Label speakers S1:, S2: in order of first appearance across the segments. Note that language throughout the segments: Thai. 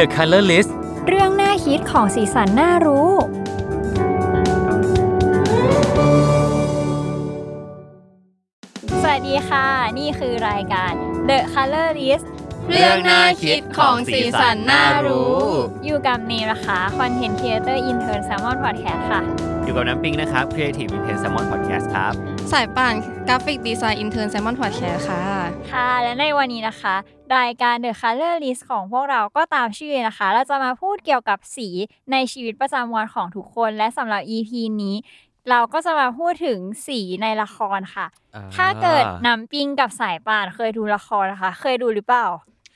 S1: The Color List
S2: เรื่องหน้าฮิตของสีสันน่ารู้ สวัสดีค่ะ นี่คือรายการ The Color List
S3: เรื่องน่าคิดของสีสันน่ารู้
S2: อยู่กับเนนะคะคอนเทนต์ครีเอเตอร์อินเทอร์นแซมมอนพอดแคสต์ค่ะ
S1: อยู่กับน้ำปิงนะครับ Creative Intent Salmon Podcast ครับ
S3: สายป่านกราฟิกดีไซน์อินเทอร์นแซมมอนพอดแคสค่ะ
S2: ค่ะและในวันนี้นะคะ รายการ The Color List ของพวกเราก็ตามชื่อเลยนะคะ เราจะมาพูดเกี่ยวกับสีในชีวิตประจำวันของทุกคน และสำหรับ EP นี้ เราก็จะมาพูดถึงสีในละครค่ะ ถ้าเกิดน้ำปิงกับสายป่านเคยดูละครนะคะ เคยดูหรือเปล่า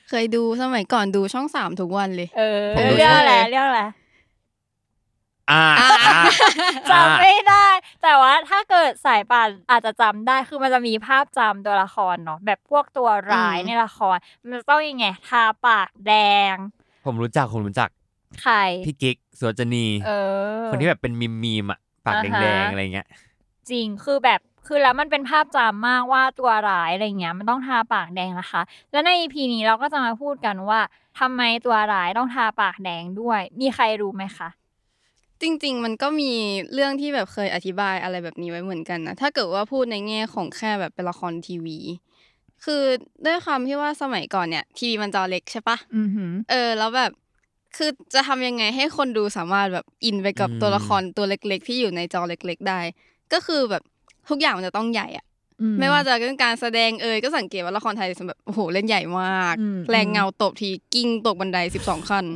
S3: เคยดูสมัยก่อนดูช่องสามทุกวันเลย
S2: เออ
S1: ผมดู
S2: เรื่องอะไรเรื่องอะไร
S1: อ่าอ่า
S2: จำไม่ได้ แต่ว่าถ้าเกิดสายป่านอาจจะจำได้คือมันจะมีภาพจำตัวละครเนาะแบบพวกตัวร้าย
S3: อืม
S2: ในละคร มันจะต้องยังไงทาปากแดง
S1: ผมรู้จักผมรู้จัก
S2: ใคร
S1: พี่กิ๊กสวจนี
S2: เออ
S1: คนที่แบบเป็นมีมมีมๆอ่ะ ปาก
S2: อ่าฮะ
S1: แดงๆ อะไรเงี้ย
S2: จริงคือแบบคือแล้วมันเป็นภาพจำมากว่าตัวร้ายอะไรเงี้ยมันต้องทาปากแดงนะคะ และใน EP นี้เราก็จะมาพูดกันว่าทำไมตัวร้ายต้องทาปากแดงด้วย มีใครรู้ไหมคะ
S4: จริงๆ มันก็มีเรื่องที่แบบเคยอธิบายอะไรแบบนี้ไว้เหมือนกันนะ ถ้าเกิดว่าพูดในแง่ของแค่แบบเป็นละครทีวี คือด้วยความที่ว่าสมัยก่อนเนี่ยทีวีมันจอเล็กใช่ปะ
S2: อือหือ
S4: เออ แล้วแบบคือจะทำยังไงให้คนดูสามารถแบบอินไปกับ
S1: อืม
S4: ตัวละครตัวเล็ก ๆ ที่อยู่ในจอเล็ก ๆ ได้ ก็คือแบบทุกอย่างมันจะต้องใหญ่อะไม่ว่าจะเรื่องการแสดงเอยก็สังเกตว่าละครไทยแบบโอ้โหเล่นใหญ่มาก
S2: อืม
S4: แรงเงาตบทีกิ้งตกบันไดสิบสองขั้น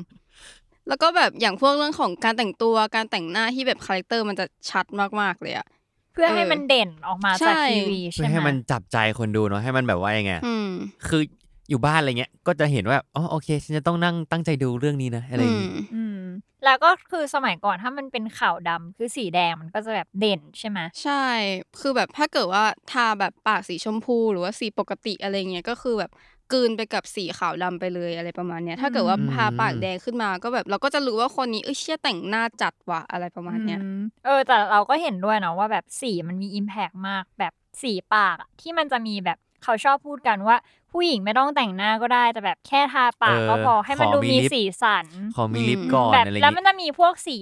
S4: แล้วก็แบบอย่างพวกเรื่องของการแต่งตัวการแต่งหน้าที่แบบคาแรคเตอร์มันจะชัดมากๆเลยอะ
S2: เพื่อให้มันเด่นออกมาจาก
S4: ใช่
S2: ทีวี
S1: เพื่อ
S2: ใช่ไหม
S1: ให้มันจับใจคนดูเนาะ ให้มันแบบว่ายังไง
S4: อืม
S1: คืออยู่บ้านอะไรเงี้ย ก็จะเห็นว่า อ๋อ โอเค ฉันจะต้องนั่งตั้งใจดูเรื่องนี้นะ อะไรอย่างงี้
S2: อืมแล้วก็คือสมัยก่อนถ้ามันเป็นขาวดำคือสีแดงมันก็จะแบบเด่นใช่ไหม
S4: ใช่ คือแบบถ้าเกิดว่าทาแบบปากสีชมพูหรือว่าสีปกติอะไรเงี้ยก็คือแบบกลืนไปกับสีขาวดำไปเลยอะไรประมาณเนี้ย ถ้าเกิดว่า
S1: อืม
S4: ทาปากแดงขึ้นมาก็แบบเราก็จะรู้ว่าคนนี้เอ้ยเชี่ยแต่งหน้าจัดว่ะอะไรประมาณเนี้ย
S2: อืมเออแต่เราก็เห็นด้วยเนาะว่าแบบสีมันมีอิมแพกมากแบบสีปากอะที่มันจะมีแบบเขาชอบพูดกันว่า ผู้หญิงไม่ต้องแต่งหน้าก็ได้แต่แบบแค่ทาปากก็พอ
S1: เ
S2: ให้มันดู
S1: ขอ
S2: มี
S1: ลิป
S2: สีสัน
S1: ขอมี
S4: อืม
S1: ลิปก่อน
S2: แบบ
S1: อะไร
S2: แล้ว
S1: เงี้
S2: มัน
S1: ย
S2: จะมีพวกสี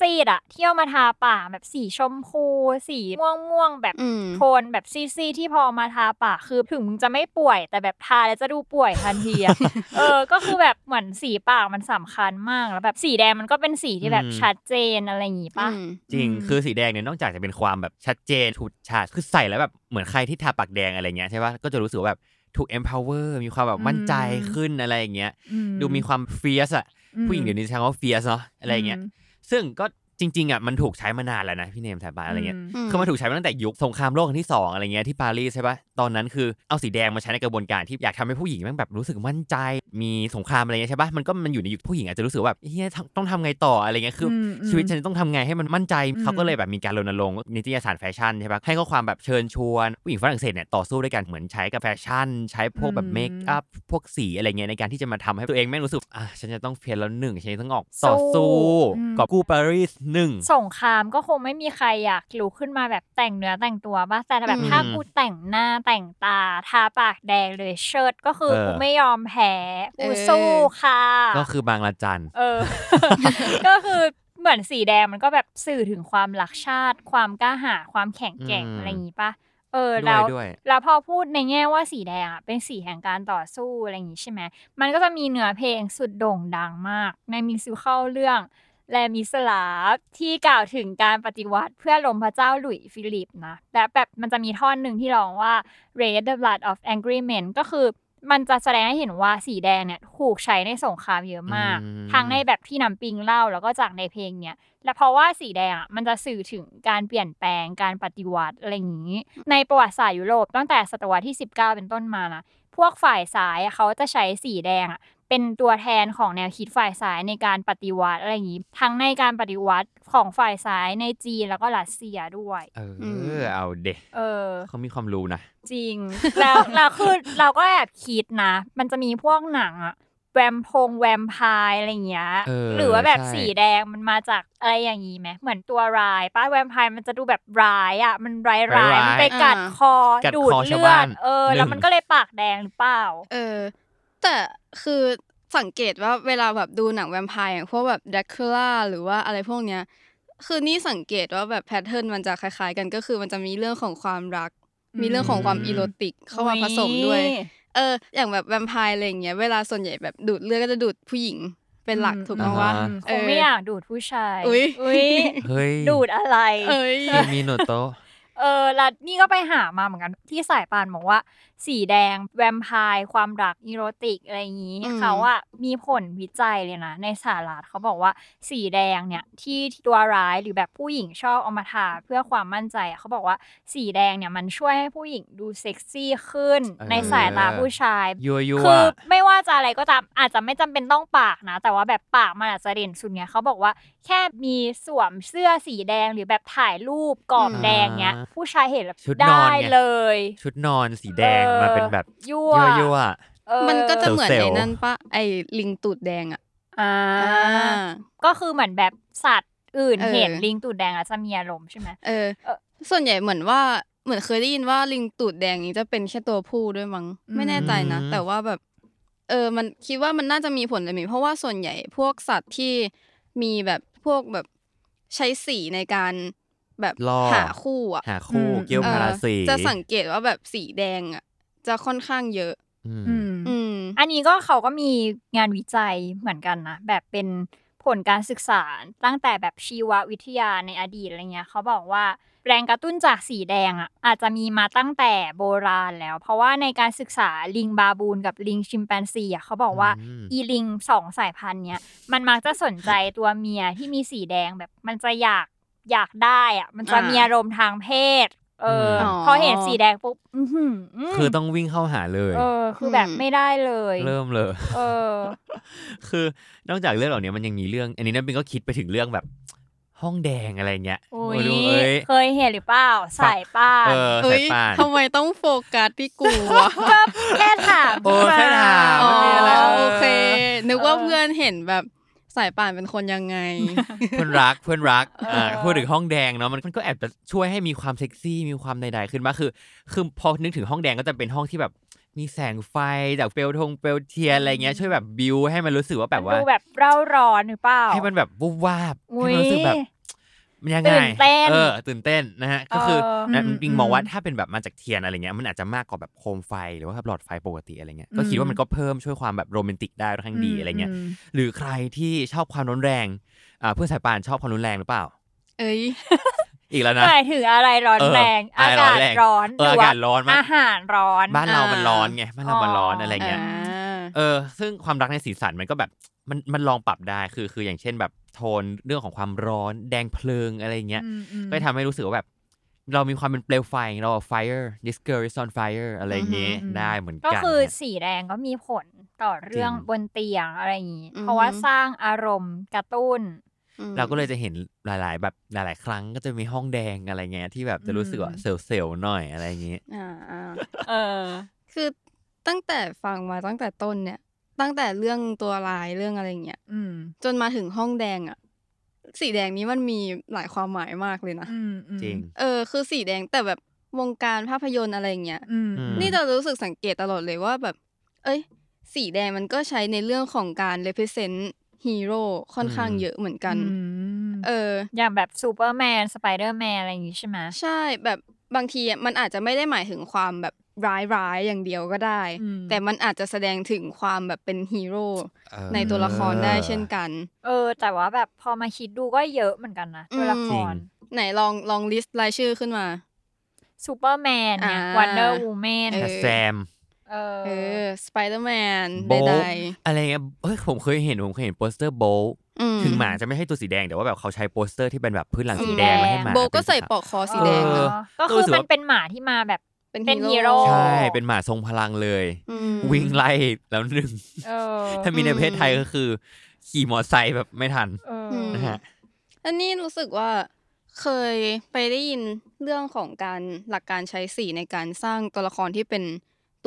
S2: ซีดๆอะที่เอามาทาปากแบบสีชมพู สีม่วงม่วงๆแบบ
S4: อืม
S2: โทนแบบซีดๆที่พอมาทาปากคือถึงมึงจะไม่ป่วย แต่แบบทาแล้วจะดูป่วยทันทีอะ เออ ก็คือแบบเหมือนสีปากมันสำคัญมากแล้วแบบสีแดงมันก็เป็นสีที่แบบชัดเจนอะไรอย่างงี้ปะ
S4: อืม
S1: จริง
S2: อืม
S1: คือสีแดงเนี่ย นอกจากจะเป็นความแบบชัดเจนถูกฉาดคือใส่แล้วแบบเหมือนใครที่ทาปากแดงอะไรเงี้ยใช่ป่ะ ก็จะรู้สึกว่าแบบถูก empower มีความแบบมั่นใจขึ้นอะไรอย่างเงี้ย ดูมีความ fierce อะ ผู้หญิงเดี๋ยวนี้ใช้คำว่า fierce เนาะอะไรอย่างเงี้ย ซึ่งก็จริง ๆอ่ะมันถูกใช้มานานแล้วนะพี่เนมสายปานอะไรเงี้ย
S4: อืม
S1: คือมันถูกใช้มาตั้งแต่ยุคสงครามโลกครั้งที่สองอะไรเงี้ยที่ปารีสใช่ปะตอนนั้นคือเอาสีแดงมาใช้ในกระบวนการที่อยากทำให้ผู้หญิงแม่งแบบรู้สึกมั่นใจ มีสงครามอะไรเงี้ยใช่ปะมันก็มันอยู่ในยุคผู้หญิงอาจจะรู้สึกว่าแบบเฮียต้องทำไงต่ออะไรเงี้ยคืออชีวิตฉันจะต้องทำไงให้มันมั่นใจ เขาก็เลยแบบมีการรณรงค์นิตยสารแฟชั่นใช่ปะให้ข้อความแบบเชิญชวนผู้หญิงฝรั่งเศสเนี่ยต่อสู้ด้วยกันเหมือนใช้กับแฟชั่น ใช้พวกแบบเมคอัพพวกสีอะไรเงี้ยในการที่จะมาทำให้ตัวเองแม่งรู้สึกอ่ะฉันจะต้องเพียรแล้วหนึ่งฉันจะต้องออกต่อสู้
S2: อืม
S1: กอบกู้ปารีสหนึ่ง
S2: สงครามก็คงไม่มีใครอยากลุกขึ้นมาแบบแต่งเนื้อแต่งตัวบ้าแต่แบบ
S4: อืม
S2: ถ้ากูแต่งหน้าแต่งตา ทาปากแดงเลยเชิดก็คือ
S1: เออ
S2: กูไม่ยอมแพ้กูสู้ค่ะ
S1: ก็คือบางละจัน
S2: เออ ก็คือ เหมือนสีแดงมันก็แบบสื่อถึงความรักชาติ ความกล้าหาญความแข็งแกร่ง
S1: อืม
S2: อะไรอย่างงี้ปะเออ
S1: ด้ว
S2: แล้
S1: ยว ด้วย
S2: แล้วพอพูดในแง่ว่าสีแดงอ่ะเป็นสีแห่งการต่อสู้อะไรอย่างงี้ใช่ไหม มันก็จะมีเนื้อเพลงสุดโด่งดังมาก ในมิวสิคัลเรื่องแลมิสลาฟที่กล่าวถึงการปฏิวัติเพื่อล้มพระเจ้าหลุยส์ฟิลิปนะและแบบมันจะมีท่อนหนึ่งที่ร้องว่า red the blood of angry men ก็คือมันจะแสดงให้เห็นว่าสีแดงเนี่ยถูกใช้ในสงครามเยอะมาก
S1: อืม
S2: ทั้งในแบบที่นำปิงเล่าแล้วก็จากในเพลงเนี่ย และเพราะว่าสีแดงอ่ะมันจะสื่อถึงการเปลี่ยนแปลงการปฏิวัติอะไรอย่างนี้ ในประวัติศาสตร์ยุโรปตั้งแต่ศตวรรษที่ 19 เป็นต้นมานะพวกฝ่ายซ้ายอ่ะเขาจะใช้สีแดงอ่ะเป็นตัวแทนของแนวคิดฝ่ายซ้ายในการปฏิวัติอะไรอย่างนี้ ทั้งในการปฏิวัติของฝ่ายซ้ายในจีนแล้วก็รัสเซียด้วย
S1: เอ
S4: อืม
S1: อ เอาเด็ก
S2: เออ
S1: เขามีความรู้นะ
S2: จริง แล้วเราคือเราก็แอบคิดนะ มันจะมีพวกหนังอะแวมพงแวมไพร์อะไรอย่างเงี้ย
S1: เออ
S2: หรือว่าแบบ
S1: ใช่
S2: สีแดงมันมาจากอะไรอย่างงี้ไหมเหมือนตัวร้ายป้าแวมไพร์มันจะดูแบบร้ายอะมันร้ายร้ายมันไปกัดคอ
S1: กัด
S2: ดูด
S1: คอชาว
S2: เลือ
S1: บ้า
S2: ด
S1: น
S2: เออ แล้วมันก็เลยปากแดงหรือเปล่า
S4: เออแต่คือสังเกตว่าเวลาแบบดูหนังแวมไพร์อย่างพวกแบบดักคูล่าหรือว่าอะไรพวกเนี้ย คือนี่สังเกตว่าแบบแพทเทิร์นมันจะคล้ายๆกันก็คือมันจะมีเรื่องของความรัก
S2: อืม
S4: มีเรื่องของความอีโรติกเข้ามาผสมด้วย เออ อย่างแบบแวมไพร์อะไรอย่างเงี้ยเวลาส่วนใหญ่แบบดูดเลือดก็จะดูดผู้หญิงเป็นหลักถูกไหม
S1: อ่าฮะ
S4: ว่า
S2: อืมคงไม่อยากดูดผู้ชาย
S4: อุ๊ย
S2: ย
S1: เฮ้ย
S2: ดูดอะไร
S4: เอ้ย
S1: คิมิโนโตะ
S2: เออแล้วนี่ก็ไปหามาเหมือนกันที่สายปานบอกว่า สีแดงแวมไพร์ความรักอีโรติกอะไรอย่างนี้
S4: อืม
S2: เขาอะมีผลวิจัยเลยนะ ในสหรัฐเขาบอกว่าสีแดงเนี่ยที่ตัวร้ายหรือแบบผู้หญิงชอบเอามาทาเพื่อความมั่นใจอะเขาบอกว่าสีแดงเนี่ยมันช่วยให้ผู้หญิงดูเซ็กซี่ขึ้น
S1: เออ
S2: ในสายตาผู้ชาย
S1: ยัวยัว
S2: คือไม่ว่าจะอะไรก็ตามอาจจะไม่จำเป็นต้องปากนะ แต่ว่าแบบปากมันอาจจะเด่นสุดไงเขาบอกว่า แค่มีสวมเสื้อสีแดงหรือแบบถ่ายรูปกรอบ
S4: อืม
S2: แดงเนี้ย ผู้ชายเห็นแล้ว
S1: ชุดนอน
S2: ได้
S1: ไง
S2: เลย
S1: ชุดนอนสีแดงมาเป็นแบบ
S2: ยั่ว
S1: ยัวยัว
S2: เออ
S4: มันก็จะเหมือน
S1: เซลล์
S4: ในนั่นปะไอลิงตูดแดงอ่ะ
S2: อ่า
S4: อ่า
S2: ก็คือเหมือนแบบสัตว์อื่น
S4: เออ
S2: เห็นลิงตูดแดงอาจจะมีอารมณ์ใช่ไหม
S4: เออ
S2: เออ
S4: ส่วนใหญ่เหมือนว่าเหมือนเคยได้ยินว่าลิงตูดแดงนี้จะเป็นแค่ตัวผู้ด้วยมั้ง
S2: อืม
S4: ไม่แน่ใจนะ
S1: อืม
S4: แต่ว่าแบบ เออ มันคิดว่ามันน่าจะมีผลเลยมั้ยเพราะว่าส่วนใหญ่พวกสัตว์ที่มีแบบพวกแบบใช้สีในการแบบ
S1: ล่อ
S4: หาคู่อ่ะ
S1: หาคู่
S2: อืม
S1: เกี่ยว
S4: เออ
S1: พาราสี
S4: จะสังเกตว่าแบบสีแดงอ่ะจะค่อนข้างเยอะ
S1: อืม
S2: อืม
S4: อืม
S2: อันนี้ก็เขาก็มีงานวิจัยเหมือนกันนะ แบบเป็นผลการศึกษาตั้งแต่แบบชีววิทยาในอดีตอะไรเงี้ยเขาบอกว่าแรงกระตุ้นจากสีแดงอ่ะอาจจะมีมาตั้งแต่โบราณแล้ว เพราะว่าในการศึกษาลิงบาบูนกับลิงชิมแปนซีอ่ะเขาบอกว่า
S1: อืม
S2: อีลิงสองสายพันธุ์เนี้ยมันมักจะสนใจตัวเมียที่มีสีแดงแบบมันจะอยากอยากได้อ่ะมันจะ
S4: อ่ามี
S2: มีอารมณ์ทางเพศเอออ
S4: ม
S2: พอเห็นสีแดงปุ๊บอื้อหือ
S1: คือต้องวิ่งเข้าหาเลย
S2: เออคือแบบไม่ได้เลย
S1: เริ่มเลย
S2: เออ
S1: คือนอกจากเรื่องเหล่านี้มันยังมีเรื่อง อันนี้น้ำปิงก็คิดไปถึงเรื่องแบบ ห้องแดงอะไรเงี้ย
S2: อุ
S1: ไม่รู้
S2: ้
S1: เอ้
S2: ย
S1: ย
S2: เคยเห็นหรือเปล่า
S1: ฟัก
S2: สายป้าน
S1: เออ
S4: เอ้
S1: สาย
S4: ย
S1: ป่าน
S4: ทำไมต้องโฟกัสที่กูวะ
S2: ก็แค่ถาม
S1: โอ้ยแค่ถาม
S4: อ๋อ
S1: ไม่มีอะไร
S4: โอเค นึกว่า
S2: เออ
S4: เพื่อนเห็นแบบสายป่านเป็นคน ยังไง
S1: เพื่อนรักเพื่อนรัก
S2: เอออ่
S1: ่าพูดถึงห้องแดงเนาะมันมันก็แอบจะช่วยให้มีความเซ็กซี่มีความใดๆขึ้นมาคือ คือพอนึกถึงห้องแดงก็จะเป็นห้องที่แบบมีแสงไฟจากเปลวธงเปลวเทียนอะไรเงี้ยช่วยแบบบิวให้มันรู้สึกว่าแบบ
S2: มัน
S1: ว่า
S2: ดูแบบเร่าร้อนหรือเปล่า
S1: ให้มันแบบวูบวาบ
S2: อุ๊
S1: ให้
S2: ย
S1: มันรู้สึกแบบมันยังไง
S2: ตื่นเต้น
S1: อตื่นเต้นนะฮะ ก็คือ
S2: เออ
S1: นะปิง
S2: อืม
S1: มองว่าถ้าเป็นแบบมาจากเทียนอะไรเงี้ยมันอาจจะมากกว่าแบบโคมไฟหรือว่าหลอดไฟปกติอะไรเงี้ยก็คิด
S2: อืม
S1: ว่ามันก็เพิ่มช่วยความแบบโรแมนติกได้ค่อนข้างดีอะไรเงี้ย
S2: ม
S1: หรือใครที่ชอบความรุนแรงอ่าเพื่อนสายปานชอบความรุนแรงหรือเปล่า
S4: เอ้ย
S1: อีกแล้วนะ
S2: หมายถึงอะไรร้อน
S1: เออ
S2: แรง อา
S1: อะไรร้อนแร
S2: กาศ
S1: ง
S2: ร้อน
S1: เอออากาศร้อนมาก
S2: อาหารร้อน
S1: บ้านเรา
S4: อ่ามั
S1: มันร้อนไงบ้านเรามันร้อน
S2: อ๋ออ
S1: อะไร
S4: อ่
S1: เงี้ย
S4: า
S1: เออซึ่งความรักในสีสันมันก็แบบมันมันลองปรับได้คือคืออย่างเช่นแบบโทนเรื่องของความร้อนแดงเพลิงอะไรเงี้ย
S2: อืมอืม
S1: ก็ทำให้รู้สึกว่าแบบ เรามีความเป็นเปลวไฟเราอะ fire this girl is on fire อะไรอย่างเงี้ย
S2: อืมอืม
S1: ได้เหมือน
S2: ก็
S1: กัน
S2: คือ
S1: นะ
S2: สีแดงก็มีผลต่อเรื่อง
S1: จริง
S2: บนเตียงอะไรอย่างนี้
S4: อืม
S2: เพราะว่าสร้างอารมณ์กระตุ้น
S4: อืม
S1: เราก็เลยจะเห็นหลาย ๆ แบบหลาย ๆ ครั้งก็จะมีห้องแดงอะไรเงี้ยที่แบบจะรู้สึกว่า
S2: อืม
S1: เซลล์ๆหน่อยอะไรอย่างเงี้ย
S4: อ่าอ่า
S2: เออ
S4: คือตั้งแต่ฟังมาตั้งแต่ต้นเนี่ย ตั้งแต่เรื่องตัวลายเรื่องอะไรเงี้ย
S2: อืม
S4: จนมาถึงห้องแดงอะสีแดงนี้มันมีหลายความหมายมากเลยนะ
S2: อืมอืม
S1: จริง
S4: เออ คือสีแดงแต่แบบวงการภาพยนตร์อะไรเงี้ย
S2: อืม
S1: อืม
S4: นี่เรารู้สึกสังเกตตลอดเลยว่าแบบ เอ้ย สีแดงมันก็ใช้ในเรื่องของการ represent ฮีโร่ค่อนข้าง
S1: อืม
S4: เยอะเหมือนกัน
S2: อืม
S4: เออ
S2: อย่างแบบซูเปอร์แมนสไปเดอร์แมนอะไรอย่างงี้ใช่ไหม
S4: ใช่แบบบางทีอะมันอาจจะไม่ได้หมายถึงความแบบร้ายร้ายๆอย่างเดียวก็ได้
S2: อืม
S4: แต่มันอาจจะแสดงถึงความแบบเป็นฮีโร่
S1: เออ
S4: ในตัวละครได้เช่นกัน
S2: เออ แต่ว่าแบบพอมาคิดดูก็เยอะเหมือนกันนะตัวละค
S1: จริง
S2: ร
S4: ไหนลองลองลิสต์รายชื่อขึ้นมา
S2: ซูเปอร์แมนเนี่ย
S4: อ่า
S2: วันเดอร์วูแมน
S4: เออ
S1: แซม
S2: เอ
S4: เอ
S2: อ
S4: อสไปเดอร์แมน
S1: โบ๊ะ
S4: ใด
S1: อะไรเงี้ยเฮ้ยผมเคยเห็นผมเคยเห็นโปสเตอร์โบว์
S4: ๆอืม
S1: ถึงหมาจะไม่ใช่ตัวสีแดงแต่ว่าแบบเขาใช้โปสเตอร์ที่เป็นแบบพื้นหลังสีแดง
S2: สีแดง
S1: แล้วให้หมา
S4: โบะก็
S1: เป็น
S4: ใส่
S1: ขาว
S4: ปลอกคอสีแดง
S1: เออ
S4: เนาะ
S2: ก็คือมันเป็นหมาที่มาแบบ
S4: เป็น
S2: เป็น
S4: ฮี
S2: ฮี
S4: โร่
S2: โร่
S1: ใช่เป็นหมาทรงพลังเลย
S4: อืม
S1: วิ่งไล่แล้วหนึ่ง
S2: เออ
S1: ถ้ามีในประเทศไทย
S4: อืม
S1: ก็คือ ขี่มอไซค์แบบไม่ทัน
S2: เออ
S4: อืม
S1: นะฮะ
S4: อันนี้รู้สึกว่าเคยไปได้ยินเรื่องของการหลักการใช้สีในการสร้างตัวละครที่เป็น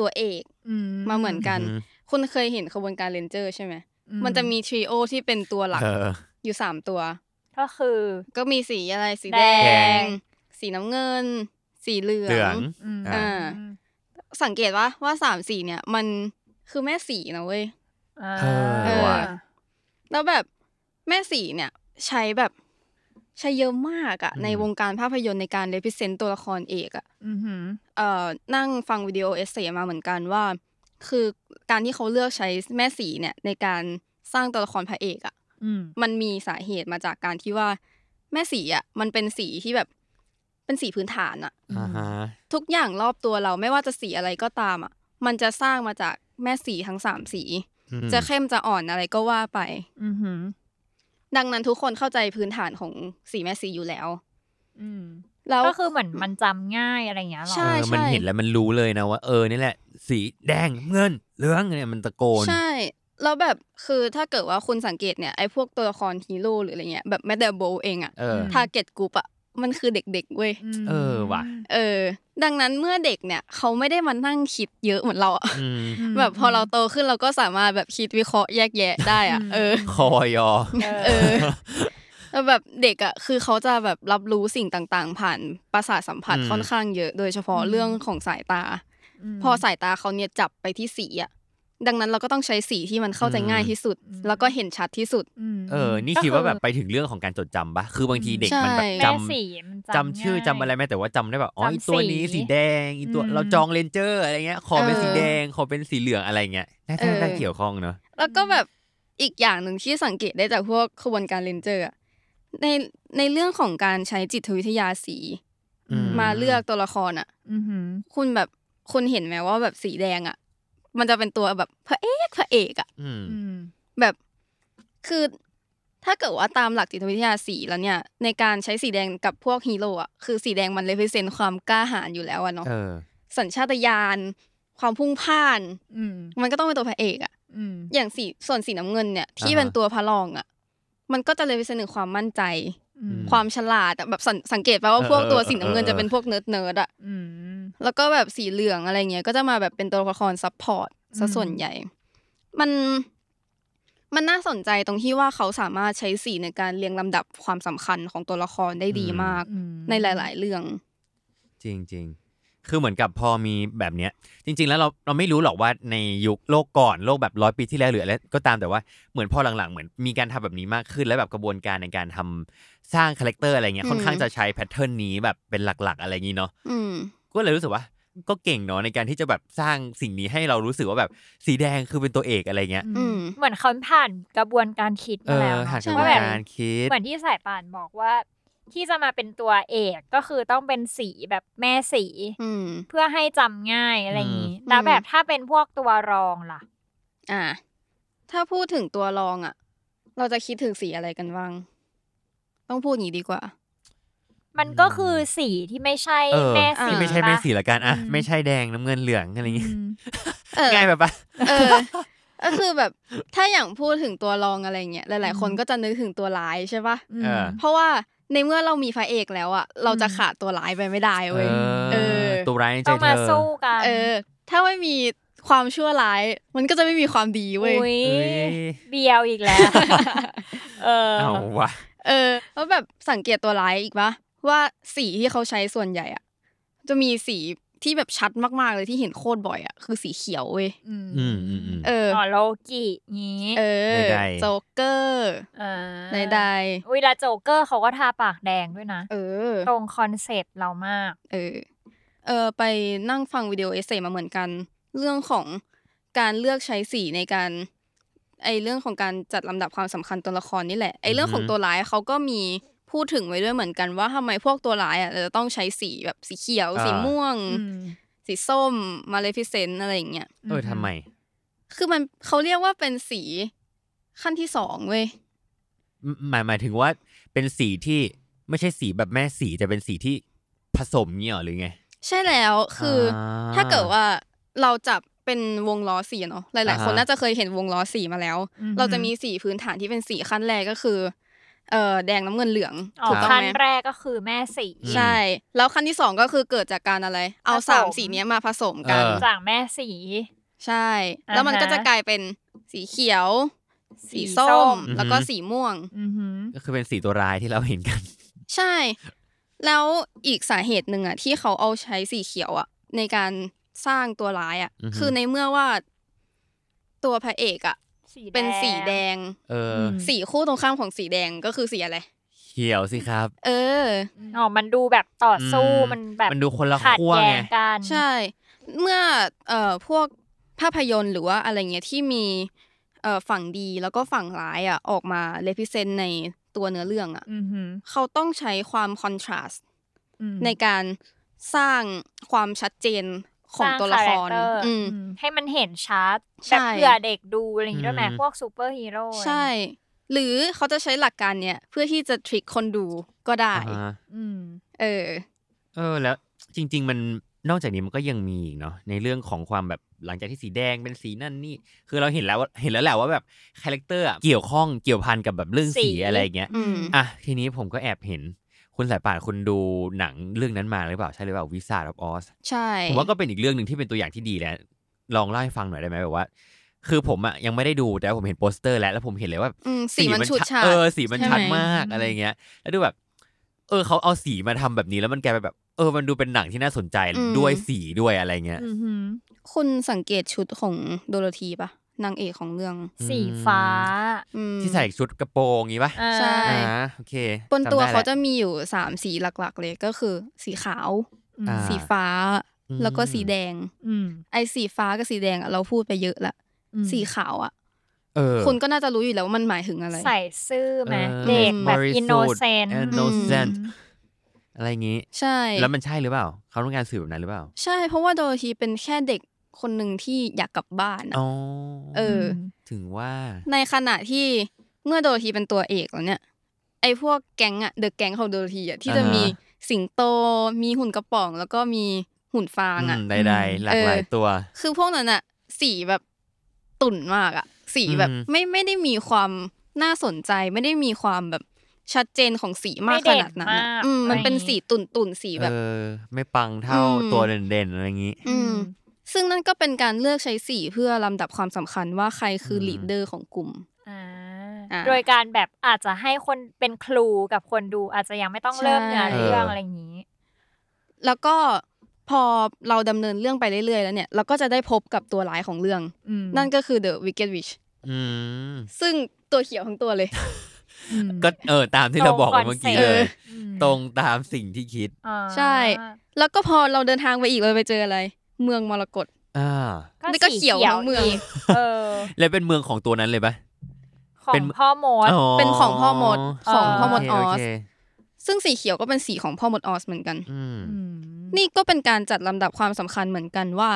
S4: ตัวเอก
S2: อื
S4: มาเหมือนกัน
S1: อืม
S4: คุณเคยเห็นขบวนการเรนเจอร์ใช่ไหม มันจะมีทริโอที่เป็นตัวหลัก
S1: เออ
S4: อยู่สามตัว
S2: ก็คือ
S4: ก็มีสีอะไรสี
S2: แด
S4: แด
S2: ง
S4: ง สีน้ำเงิน สีเหลือ
S1: เหลือง ง
S2: อืม
S1: อ่า
S4: สังเกตว่าว่าสามสีเนี่ย มันคือแม่สีนะเว้ย
S2: อ่า
S1: เออ
S4: เออ แล้วแบบแม่สีเนี่ยใช้แบบใช้เยอะมากอะ
S1: อืม
S4: ในวงการภาพยนตร์ในการเลพิเซนต์ตัวละครเอกอะ
S2: อือหือ
S4: เอ่อนั่งฟังวิดีโอเอเซมาเหมือนกันว่า คือการที่เขาเลือกใช้แม่สีเนี่ยในการสร้างตัวละครพระเอกอะ่ะ
S2: อืม
S4: มันมีสาเหตุมาจากการที่ว่าแม่สีอะ่ะมันเป็นสีที่แบบเป็นสีพื้นฐานอะ่ะ
S1: อ่าฮะ
S4: ทุกอย่างรอบตัวเราไม่ว่าจะสีอะไรก็ตามอะ่ะ มันจะสร้างมาจากแม่สีทั้งสามสี
S1: อืม
S4: จะเข้มจะอ่อนอะไรก็ว่าไป
S2: อือหือ
S4: ดังนั้นทุกคนเข้าใจพื้นฐานของสีแม่สีอยู่แล้ว
S2: อืม
S4: แล้ว
S2: ก็คือเหมือนมันจำง่ายอะไรอย่างเงี้ยหรอ
S4: ใช่
S1: เออมันเห็นแล้วมันรู้เลยนะว่าเออนี่แหละ สีแดงเงินเหลืองเนี่ยมันตะโกน
S4: ใช่ แล้วแบบคือถ้าเกิดว่าคุณสังเกตเนี่ยไอ้พวกตัวละครฮีโร่หรืออะไรเงี้ยแบบแม้แต่โบเองอะ
S1: เออ
S4: ทาร์เก็ตกลุ่อะมันคือเด็กๆเว้ย
S2: ม
S1: เออว่ะ
S4: เออ ดังนั้นเมื่อเด็กเนี่ยเขาไม่ได้มานั่งคิดเยอะเหมือนเราอะ
S1: อืม
S2: ม
S4: แบบพอเราโตขึ้นเราก็สามารถแบบคิดวิเคราะห์แยกแยะได้อะเออ
S1: คอยอ
S4: เออ แล้วแบบเด็กอะคือเขาจะแบบรับรู้สิ่งต่างๆ ผ่านประสาทสัมผัส
S1: อืม
S4: ค่อนข้างเยอะ โดยเฉพาะเรื่องของสายตา
S2: ม
S4: พอสายตาเขาเนี่ยจับไปที่สีอะดังนั้นเราก็ต้องใช้สีที่มันเข้าใจง่ายที่สุด
S2: อืม
S4: แล้วก็เห็นชัดที่สุด
S2: ม
S1: เออ นี่
S2: ก็
S1: คิดว่าแบบไปถึงเรื่องของการจดจำปะคือบางทีเด็กมันแบบ
S4: ใช่
S2: แม่
S1: จำ
S2: สีมัน
S1: จำชื่อจำ
S2: ง่าย
S1: อะไรไหมแต่ว่าจำได้แบบอ๋อ
S2: จำ
S1: ไอ้ตัวนี้
S2: สี
S1: สีแดงอีตัว
S2: อืม
S1: เราจองเลนเจอร์อะไรเงี้ย ขอเป็น
S4: เออ
S1: สีแดง ขอเป็นสีเหลืองอะไรเงี้ยน่าจะ
S4: เออ
S1: น่าเกี่ยวข้องเนอะ
S4: แล้วก็แบบอีกอย่างหนึ่งที่สังเกตได้จากพวกขบวนการเลนเจอร์อะในในเรื่องของการใช้จิตวิทยาสี
S2: อืม
S4: มาเลือกตัวละครอะ
S2: อือหือ
S4: คุณแบบคุณเห็นไหมว่าแบบสีแดงอะมันจะเป็นตัวแบบพระเอกพระเอกอะ
S1: อืม
S2: อืม
S4: แบบคือถ้าเกิดว่าตามหลักจิตวิทยาสีแล้วเนี่ย ในการใช้สีแดงกับพวกฮีโร่อะคือสีแดงมันเลเวเซนความกล้าหาญอยู่แล้วอะเนาะ
S1: เออ
S4: สัญชาตญาณความพุ่งพ่าน
S2: อืม
S4: มันก็ต้องเป็นตัวพระเอกอะ
S2: อืม
S4: อย่างสีส่วนสีน้ำเงินเนี่ย ที่
S1: อ่าฮะ
S4: เป็นตัวพระรองอะมันก็จะเลยไปเสนอความมั่นใจ
S2: อืม
S4: ความฉลาดอะแบบสังสังเกตไปว่า
S1: เออ
S4: พวกตัว
S1: เออ
S4: สีน้ำเงิน
S1: เออ
S4: จะเป็นพวกเนิร์ดเนิร์ดๆอะ
S2: อืม
S4: แล้วก็แบบสีเหลืองอะไรเงี้ยก็จะมาแบบเป็นตัวละครซัพพอร์ตซะ
S2: อืม
S4: ส่วนใหญ่ มันมันน่าสนใจตรงที่ว่าเขาสามารถใช้สีในการเรียงลำดับความสำคัญของตัวละครได้ดีมาก
S2: อืม
S4: ในหลาย ๆ เรื่อง
S1: จริงจริงๆ คือเหมือนกับพอมีแบบเนี้ย จริง ๆ แล้วเราเราไม่รู้หรอกว่าในยุคโลกก่อนโลกแบบร้อยปีที่แล้วหรืออะไรก็ตามแต่ว่าเหมือนพอหลังๆ เหมือนมีการทำแบบนี้มากขึ้น แล้วแบบกระบวนการในการทำสร้างคาแรคเตอร์อะไรเงี้ย
S4: อืม
S1: ค่อนข้างจะใช้แพทเทิร์นนี้แบบเป็นหลัก ๆ อะไรอย่างงี้เนาะ
S4: อืม
S1: ก็เลยรู้สึกว่า ก็เก่งเนาะในการที่จะแบบสร้างสิ่งนี้ให้เรารู้สึกว่าแบบสีแดงคือเป็นตัวเอกอะไรเงี้ย
S4: อืม
S2: เหมือนเขาผ่านกระบวนการคิด
S1: เอ
S2: มา
S1: อ
S2: แล้วเน
S1: หาก
S2: อะ
S1: กระบว
S2: ว่าน แบบ
S1: การคิด
S2: เหมือนที่สายป่านบอกว่า ที่จะมาเป็นตัวเอกก็คือต้องเป็นสีแบบแม่สี
S4: อืม
S2: เพื่อให้จำง่ายอะไรอย่างนี้
S4: อืม
S2: แล้วแบบถ้าเป็นพวกตัวรองล่ะ
S4: อ่ะถ้าพูดถึงตัวรองอ่ะ เราจะคิดถึงสีอะไรกันบ้าง ต้องพูดอย่างนี้ดีกว่า
S2: มันก็คือสีที่ไม่ใช่
S1: เออ
S2: แม่สี
S1: ที่ไม่ใช่แม่สี
S2: ปะ
S1: ละกันอ่ะ
S2: อืม
S1: ไม่ใช่แดงน้ำเงินเหลืองอะไรเงี้ย
S2: อืม
S4: เออ
S1: ง่ายแบบปะ
S4: เออ ก็คือแบบ ถ้าอย่างพูดถึงตัวรองอะไรเงี้ย หลาย ๆ คนก็จะนึกถึงตัวร้ายใช่ปะ
S2: อืม
S1: เออ
S4: เพราะว่าในเมื่อเรามีพระเอกแล้วอ่ะ เราจะ
S2: อืม
S4: ขาดตัวร้ายไปไม่ได้เว้ย เออ
S1: ตัวร้ายในใจ
S2: ต้อง
S1: เธ
S2: มา
S1: อ
S2: สู้กัน
S4: เออ ถ้าไม่มีความชั่วร้าย มันก็จะไม่มีความดีเว้ย
S2: อุ้ย
S1: เอ้ย
S2: เบียวอีกแล้ว เออ
S1: เอาวะ
S4: เออแล้วแบบสังเกตตัวร้ายอีกปะว่าสีที่เขาใช้ส่วนใหญ่อะจะมีสี ที่แบบชัดมากๆเลยที่เห็นโคตรบ่อยอ่ะคือสีเขียวเว้ย
S2: อืม
S1: อืมอืมอืม
S4: เออ
S2: อ๋อโลกิงี้
S4: เออ
S1: ใดๆ
S4: โจ๊กเกอร์
S2: อ่า
S4: ใด
S2: อุ้ยและโจเกอร์เขาก็ทาปากแดงด้วยนะ
S4: ๆเออ
S2: ตรงคอนเซปต์เรามาก
S4: เออ เออไปนั่งฟังวิดีโอเอเซมาเหมือนกัน เรื่องของการเลือกใช้สีในการ ไอเรื่องของการจัดลำดับความสำคัญตัวละครนี่แหละไอเรื่องของตัวร้ายเขาก็มีพูดถึงไว้ด้วยเหมือนกันว่าทำไมพวกตัวร้ายอ่ะจะต้องใช้สีแบบสีเขียว
S1: อ่า
S4: สีม่วง
S2: อืม
S4: สีส้มมาเลฟิเซนอะไรอย่างเงี้ย
S1: เออทำไม
S4: คือมันเขาเรียกว่าเป็นสีขั้นที่สองเว้ย
S1: หมายหมายถึงว่าเป็นสีที่ไม่ใช่สีแบบแม่สีแต่เป็นสีที่ผสมเนี่ยเหรอหรือไง
S4: ใช่แล้วคืออ
S1: อ
S4: ถ้าเกิดว่าเราจับเป็นวงล้อสีอะเนาะหลาย ๆ คน
S1: อ่าฮะ
S4: น่าจะเคยเห็นวงล้อสีมาแล้ว
S2: อือฮึ
S4: เราจะมีสีพื้นฐานที่เป็นสีขั้นแรกก็คือเอ่อแดงน้ำเงินเหลือง
S2: อ๋อ
S4: ถูกต้อง
S2: ขั้น
S4: ไหม
S2: แรกก็คือแม่สี
S4: ใช่ แล้วขั้นที่สองก็คือเกิดจากการอะไร เอาสามสีเนี้ยมาผสมกัน
S1: เออ
S2: จากแม่สี
S4: ใช่ แล้วมัน
S2: อ่าฮะ
S4: ก็จะกลายเป็นสีเขียว สีส้ม แล้วก็สีม่วง
S2: อือหือ
S1: ก็คือเป็นสีตัวร้ายที่เราเห็นกัน
S4: ใช่ แล้วอีกสาเหตุหนึ่งอ่ะที่เขาเอาใช้สีเขียวอ่ะ ในการสร้างตัวร้ายอ่ะ
S1: อือฮึ
S4: คือในเมื่อว่าตัวพระเอกอ่ะ
S2: สี
S4: เป็นสีแดง
S1: เออ
S2: ม
S1: อ
S4: สีคู่ตรงข้ามของสีแดงก็คือสีอะไร
S1: เขียวสิครับ
S4: เออ
S2: อ๋อ มันดูแบบต่อสู้
S1: อืม
S2: มันแบบ
S1: มันดูคนละ
S2: ขัด
S1: ขั้ว
S2: แย้
S1: ไง
S2: งกัน
S4: ใช่ เมื่อเอ่อพวกภาพยนตร์หรือว่าอะไรเงี้ยที่มีเอ่อฝั่งดีแล้วก็ฝั่งร้ายอ่ะออกมาเลพิเซนในตัวเนื้อเรื่องอ่ะ
S2: อือหือ
S4: เขาต้องใช้ความคอนทราส
S2: อืม
S4: ในการสร้างความชัดเจนของตัวละคร
S2: สางาแคเต
S4: อืม
S2: อืมให้มันเห็นชัด
S4: ใช่
S2: แบบเผื่อเด็กดูอะไรอย่างงี้ด้วยไหม
S1: อืม
S2: พวกซูเปอร์ฮีโร่
S4: ใช่ หรือเขาจะใช้หลักการเนี้ยเพื่อที่จะทริคคนดูก็ได้
S1: อ่าฮะ
S2: อืม
S4: เออ
S1: เออแล้วจริง ๆ มันนอกจากนี้มันก็ยังมีอีกเนาะในเรื่องของความแบบหลังจากที่สีแดงเป็นสีนั่นนี่ คือเราเห็นแล้วว่าเห็นแล้วแหละว่าแบบคาแรคเตอร์อะเกี่ยวข้องเกี่ยวพันกับแบบเรื่องสี
S2: สี
S1: อะไรอย่างเงี้ย
S4: อืม
S1: อ่ะทีนี้ผมก็แอบเห็นคุณสายป่านคุณดูหนังเรื่องนั้นมาหรือเปล่าใช่หรือเปล่าวิซาร์ดออส
S4: ใช่
S1: ผมว่าก็เป็นอีกเรื่องหนึ่งที่เป็นตัวอย่างที่ดีแล้ว ลองเล่าให้ฟังหน่อยได้ไหมแบบว่า คือผมอะยังไม่ได้ดูแต่ว่าผมเห็นโปสเตอร์แล้วแล้วผมเห็นเลยว่า
S4: อืมสีมันชุด
S1: ชั
S4: ฉา
S1: ด
S4: ด
S1: เออสีมันชัด
S4: ใไห
S1: มากอะไรอย่างเงี้ย แล้วดูแบบ เออเขาเอาสีมาทำแบบนี้แล้วมันกลายเป็นแบบ เออมันดูเป็นหนังที่น่าสนใจ
S4: อืม
S1: ด้วยสีด้วยอะไรเงี้ย
S2: อือหือ
S4: คุณสังเกตชุดของโดโรธีปะนางเอกของเรื่อง
S1: อืม
S2: สีฟ้า
S4: อืม
S1: ที่ใส่ชุดกระโปรงงี้ปะ
S2: อ่า
S4: ใช่
S1: อ่าโอเค
S4: บนตัว
S1: จำได้
S4: เขา
S1: แล้
S4: จะมีอยู่สามสีหลักๆ เลยก็คือ สีขาว
S2: อืม
S1: อ่า
S4: สีฟ้า
S1: อืม
S4: แล้วก็สีแดง
S2: อืม
S4: ไอ้สีฟ้ากับสีแดงอะเราพูดไปเยอะละ
S2: อืม
S4: สีขาวอะ
S1: เออ
S4: คุณก็น่าจะรู้อยู่แล้วว่ามันหมายถึงอะไร
S2: ใส่ซื่อไหม
S1: เออ
S2: เด็กแบบ
S1: บริสุทธิ์
S2: อินโนเซนต์
S1: innocent อะไรอย่างงี้
S4: ใช่
S1: แล้วมันใช่หรือเปล่าเขาต้องการสื่อแบบนั้นหรือเปล่า
S4: ใช่เพราะว่าโดโรธีเป็นแค่เด็กคนหนึ่งที่อยากกลับบ้านอะ
S1: อ๋อ
S4: เออ
S1: ถึงว่า
S4: ในขณะที่เมื่อโดโรธีเป็นตัวเอกแล้วเนี่ย ไอ้พวกแก๊งอะเดอะแก๊งของโดโรธีอะที่จะ
S1: อ่าฮะ
S4: มีสิงโต มีหุ่นกระป๋อง แล้วก็มีหุ่นฟางอะ
S1: อืมใดๆหลากหลาย
S4: เออ
S1: ตัว
S4: คือพวกนั้นอะสีแบบตุ่นมากอะสีแบบ
S1: อืม
S4: ไม่ไม่ได้มีความน่าสนใจ ไม่ได้มีความแบบชัดเจนของสีมากขนาดนั้นอะ
S2: ไม่เด่นมาก
S4: อืมมันเป็นสีตุ่นตุ่นๆสีแบบ
S1: เออ ไม่ปังเท่า
S4: อืม
S1: ตัวเด่นๆ อะไรอย่างนี้
S4: อืม ซึ่งนั่นก็เป็นการเลือกใช้สีเพื่อลำดับความสำคัญว่าใครคืออ
S1: ม
S4: ลีดเดอร์ของกลุ่ม
S2: อ่า
S4: อ่า
S2: โดยการแบบอาจจะให้คนเป็นครูกับคนดูอาจจะยังไม่ต้อง
S4: ใช่
S2: เริ่มงานเรื่อง
S1: เอออ
S2: อะไรอย่างนี้
S4: แล้วก็พอเราดำเนินเรื่องไปเรื่อยๆ แล้วเนี่ย เราก็จะได้พบกับตัวร้ายของเรื่อง
S2: อืม
S4: นั่นก็คือ The Wicked Witch
S1: อืม
S4: ซึ่งตัวเขียวทั้งตัวเลย
S2: อืม
S1: ก็เออ ตามที่เราบอกไปเมื่อกี้เลย
S2: อืม
S1: ตรงตามสิ่งที่คิด
S2: อ่า
S4: ใช่ แล้วก็พอเราเดินทางไปอีกเราไปเจออะไร เมืองมรกต
S1: อ่า
S4: นี่ก็เขียวทั้งเมือง
S2: สีขียวกเออ
S1: แล้วเป็นเมืองของตัวนั้นเลยปะ
S2: ขอ
S1: เป็
S2: ง
S1: น
S2: พ่อโมด
S4: เป็นของพ่อมดของพ่อมด
S1: โเค
S4: ออส
S1: โเค
S4: ซึ่งสีเขียวก็เป็นสีของพ่อมดออสเหมือนกัน
S1: อืม
S4: นี่ก็เป็นการจัดลำดับความสำคัญเหมือนกันว่า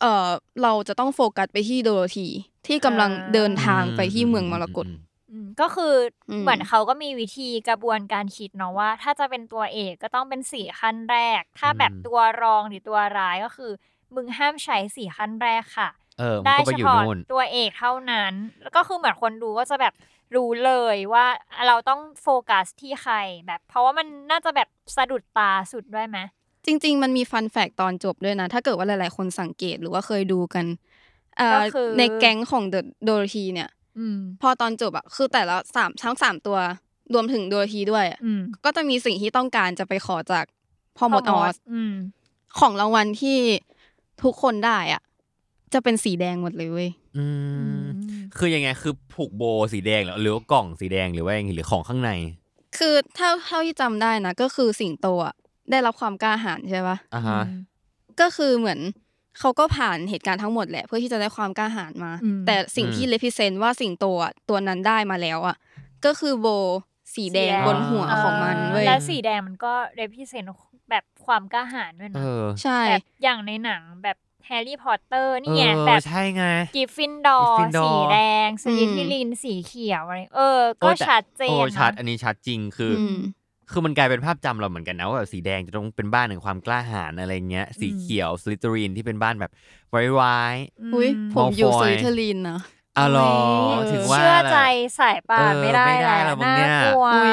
S4: เออเราจะต้องโฟกัสไปที่โดโรธีที่กำลังเดินทางไปที่เมืองมรกต
S2: อืมก็คืออ
S4: ม
S2: เหมือนเขาก็มีวิธีกระบวนการคิดเนาะว่า ถ้าจะเป็นตัวเอกก็ต้องเป็นสี่ขั้นแรก ถ้าแบบ
S1: อืม
S2: ตัวรองหรือตัวร้ายก็คือ มึงห้ามใช้สี่ขั้นแรกค่ะ
S1: เออมัน
S2: ได้
S1: ก็ไป
S2: เฉ
S1: อยู่
S2: พาะ
S1: นู่น
S2: ตัวเอกเท่านั้น แล้วก็คือเหมือนคนดูก็จะแบบรู้เลยว่าเราต้องโฟกัสที่ใครแบบ เพราะว่ามันน่าจะแบบสะดุดตาสุดด้วยไหม
S4: จริง ๆ มันมีฟันแฟกตอนจบด้วยนะ ถ้าเกิดว่าหลายๆ คนสังเกตหรือว่าเคยดูกันเอ่อ
S2: ก็คือ
S4: ในแก๊งของเดอะโดโรธีเนี่ย
S2: อืม
S4: พอตอนจบอะคือแต่ละสามทั้งสามตัวรวมถึงโดโรธีด้วยอะ
S2: อืม
S4: ก็จะมีสิ่งที่ต้องการจะไปขอจากพ่อมดออส
S2: อืม
S4: ของรางวัลที่ทุกคนได้อ่ะ จะเป็นสีแดงหมดเลยเว้ย
S1: อื
S2: อื
S1: ม
S2: ม
S1: คือยังไงคือผูกโบสีแดงเหรอหรือว่ากล่องสีแดงหรือว่าอย่างงี้หรือของข้างใน
S4: คือเท่าเท่าที่จำได้นะก็คือสิงโตอ่ะได้รับความกล้าหาญใช่ปะ
S1: อ่าฮะ
S4: ก็คือเหมือนเขาก็ผ่านเหตุการณ์ทั้งหมดแหละ เพื่อที่จะได้ความกล้าหาญมา
S2: อืม
S4: แต่สิ่งที่เลพิเซนว่าสิงโตอ่ะตัวนั้นได้มาแล้วอ่ะก็คือโบสีแดงบนหัวของมันเว้ย
S2: และสีแดงมันก็ represent แบบความกล้าหาญด้วย
S1: เอ
S2: นะ
S1: อ
S4: ใช่
S2: แบบอย่างในหนังแบบแฮร์รี่พอตเตอร์นี่ไง
S1: เออ
S2: แบบ
S1: ใช่ไง
S2: กิฟฟินดอร์
S1: กริฟฟินดอร์
S2: สีแดงสลิธี
S4: อืม
S2: รินสีเขียวอะไรเออ
S1: โอ้
S2: ก็
S1: แต่
S2: ชัดเจน
S1: โอ้
S2: นะ
S1: ชัดอันนี้ชัดจริงคืออ
S4: ม
S1: คือมันกลายเป็นภาพจำเราเหมือนกันนะว่าแบบสีแดงจะต้องเป็นบ้านแห่งความกล้าหาญอะไรเงี้ย สี
S2: อืม
S1: เขียวสลิตรีนที่เป็นบ้านแบบไว้าย
S2: ม
S4: อุ้ยผมอยู่ส
S1: Malfoy
S4: วิตเทอรีนนะ
S1: ๆอ๋อเหรอ
S4: เออ
S1: ถึงว่า
S2: เชื่อ
S1: แหละ
S2: ใจสายป่าน
S1: เออ
S2: ไม่ได้
S1: ไม่ได้
S2: แล้
S1: แล้ว วมึง
S2: น่า
S1: เนี่ย
S2: กลัว
S4: อุ๊ย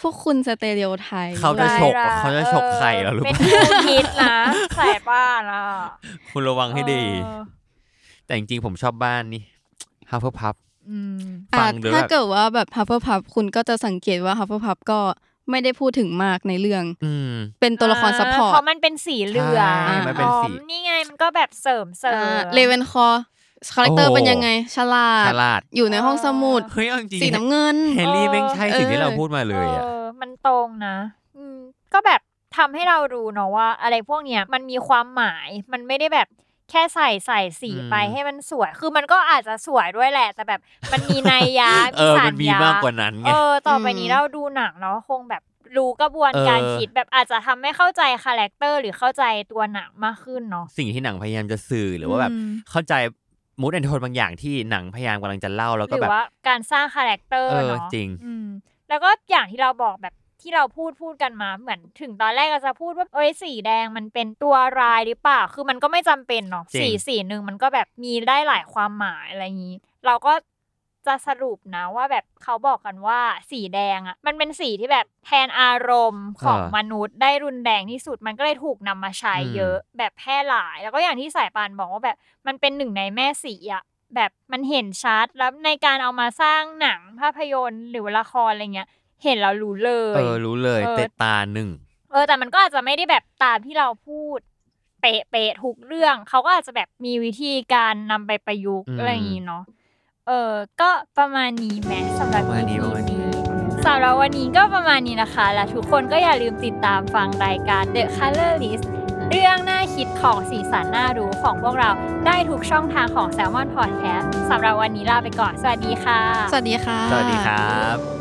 S4: พวกคุณสเตเรียไทย
S1: เขาจะฉก
S2: ร้ย
S1: เขาจะฉกไข่เราหรือเปล่า
S2: เป็นคู่คิดนะ สายป่านอ่ะ
S1: คุณระวังให้ดี
S2: เออ
S1: แต่จริงๆผมชอบบ้านนี่ฮา f เ e อร์พับ
S2: อืม
S1: ฟั
S4: อ่ะ
S1: งดู
S4: ถ้า
S1: แบบ
S4: เกิดว่าแบบฮัฟเฟิลพับคุณก็จะสังเกตว่าฮัฟเฟิลพับก็ไม่ได้พูดถึงมากในเรื่อง
S1: อืม
S4: เป็นตัวละครซัพพอร์
S2: เพ
S4: ต
S2: ราะมันเป็นสีเหลือง
S1: ใช่มันเป็นสี
S2: อ๋อนี่ไงมันก็แบบเสริมเสริม
S4: เลเวนคอร์คาแรคเตอร์
S1: โอ้
S4: เป็นยังไง ฉลา
S1: ฉ
S4: ด
S1: ลาด
S4: อยู่ในห้องสมุด
S1: เฮ้ยเอาจริงๆ
S4: สีน้ำเงิน
S1: แฮร์รี่แม่งใช่สิ่งที่
S4: เออ
S1: เราพูดมาเลยอ่ะ
S2: เออมันตรงนะ อืมก็แบบทำให้เรารู้เนาะว่า อะไรพวกเนี้ยมันมีความหมาย มันไม่ได้แบบแค่ใส่ใส่สี
S1: อืม
S2: ไปให้มันสวย คือมันก็อาจจะสวยด้วยแหละ แต่แบบมันมีนัยยะ
S1: เอ
S2: มี
S1: อ
S2: สา
S1: มั
S2: ร
S1: นมี
S2: ยะ
S1: มากกว่านั้นไง
S2: เออ ต่อไปนี้
S4: อืม
S2: เราดูหนังเนาะคงแบบรู้กระบวนการ
S1: เออ
S2: คิดแบบอาจจะทำให้เข้าใจคาแรคเตอร์หรือเข้าใจตัวหนังมากขึ้นเนาะ
S1: สิ่งที่หนังพยายามจะสื่อหรือว่าแบบ
S2: อืม
S1: เข้าใจมูดแอนโทนบางอย่างที่หนังพยายามกำลังจะเล่าแล้ว
S2: ห
S1: ก็
S2: รือ
S1: แบบ
S2: ว่าการสร้างคาแรคเตอร์
S1: เออ
S2: เนาะ
S1: จริง
S2: อืมแล้วก็อย่างที่เราบอกแบบที่เราพูดพูดกันมาเหมือนถึงตอนแรกเราจะพูดว่าเอ้ยสีแดงมันเป็นตัวรายหรือเปล่า คือมันก็ไม่จำเป็นเนาะ
S1: จริง
S2: สีสีหนึ่งมันก็แบบมีได้หลายความหมายอะไรอย่างนี้ เราก็จะสรุปนะว่าแบบเขาบอกกันว่าสีแดงอะ่ะมันเป็นสีที่แบบแทนอารมณ์ของมนุษย์ได้รุนแรงที่สุดมันก็เลยถูกนำมาใช้เยอะ แบบแพร่หลาย แล้วก็อย่างที่สายปานบอกว่าแบบ มันเป็นหนึ่งในแม่สีอะแบบมันเห็นชัดแล้วในการเอามาสร้างหนังภาพยนตร์หรือละครอะไรเงี้ย เห็นแล้วรู้เลย
S1: เออรู้เลย
S2: เออ
S1: เตะตาหนึ่ง
S2: เออแต่มันก็อาจจะไม่ได้แบบตามที่เราพูด เป๊ะเป๊ะทุกเรื่อง เขาก็อาจจะแบบมีวิธีการนำไปประยุกต์
S1: อืม
S2: อะไรอย่างนี้เนาะเออก็ประมาณนี้แม้สำหรับ
S1: ประมาณนี้
S2: EP
S1: ประมาณนี้
S2: สำหรับวันนี้ก็ประมาณนี้นะคะ และทุกคนก็อย่าลืมติดตามฟังรายการ The Color List เรื่องน่าคิดของสีสันน่ารู้ของพวกเราได้ทุกช่องทางของ Salmon Podcast สำหรับวันนี้ลาไปก่อน สวัสดีค่ะ
S4: สวัสดีค่ะ
S1: สวัสดีครับ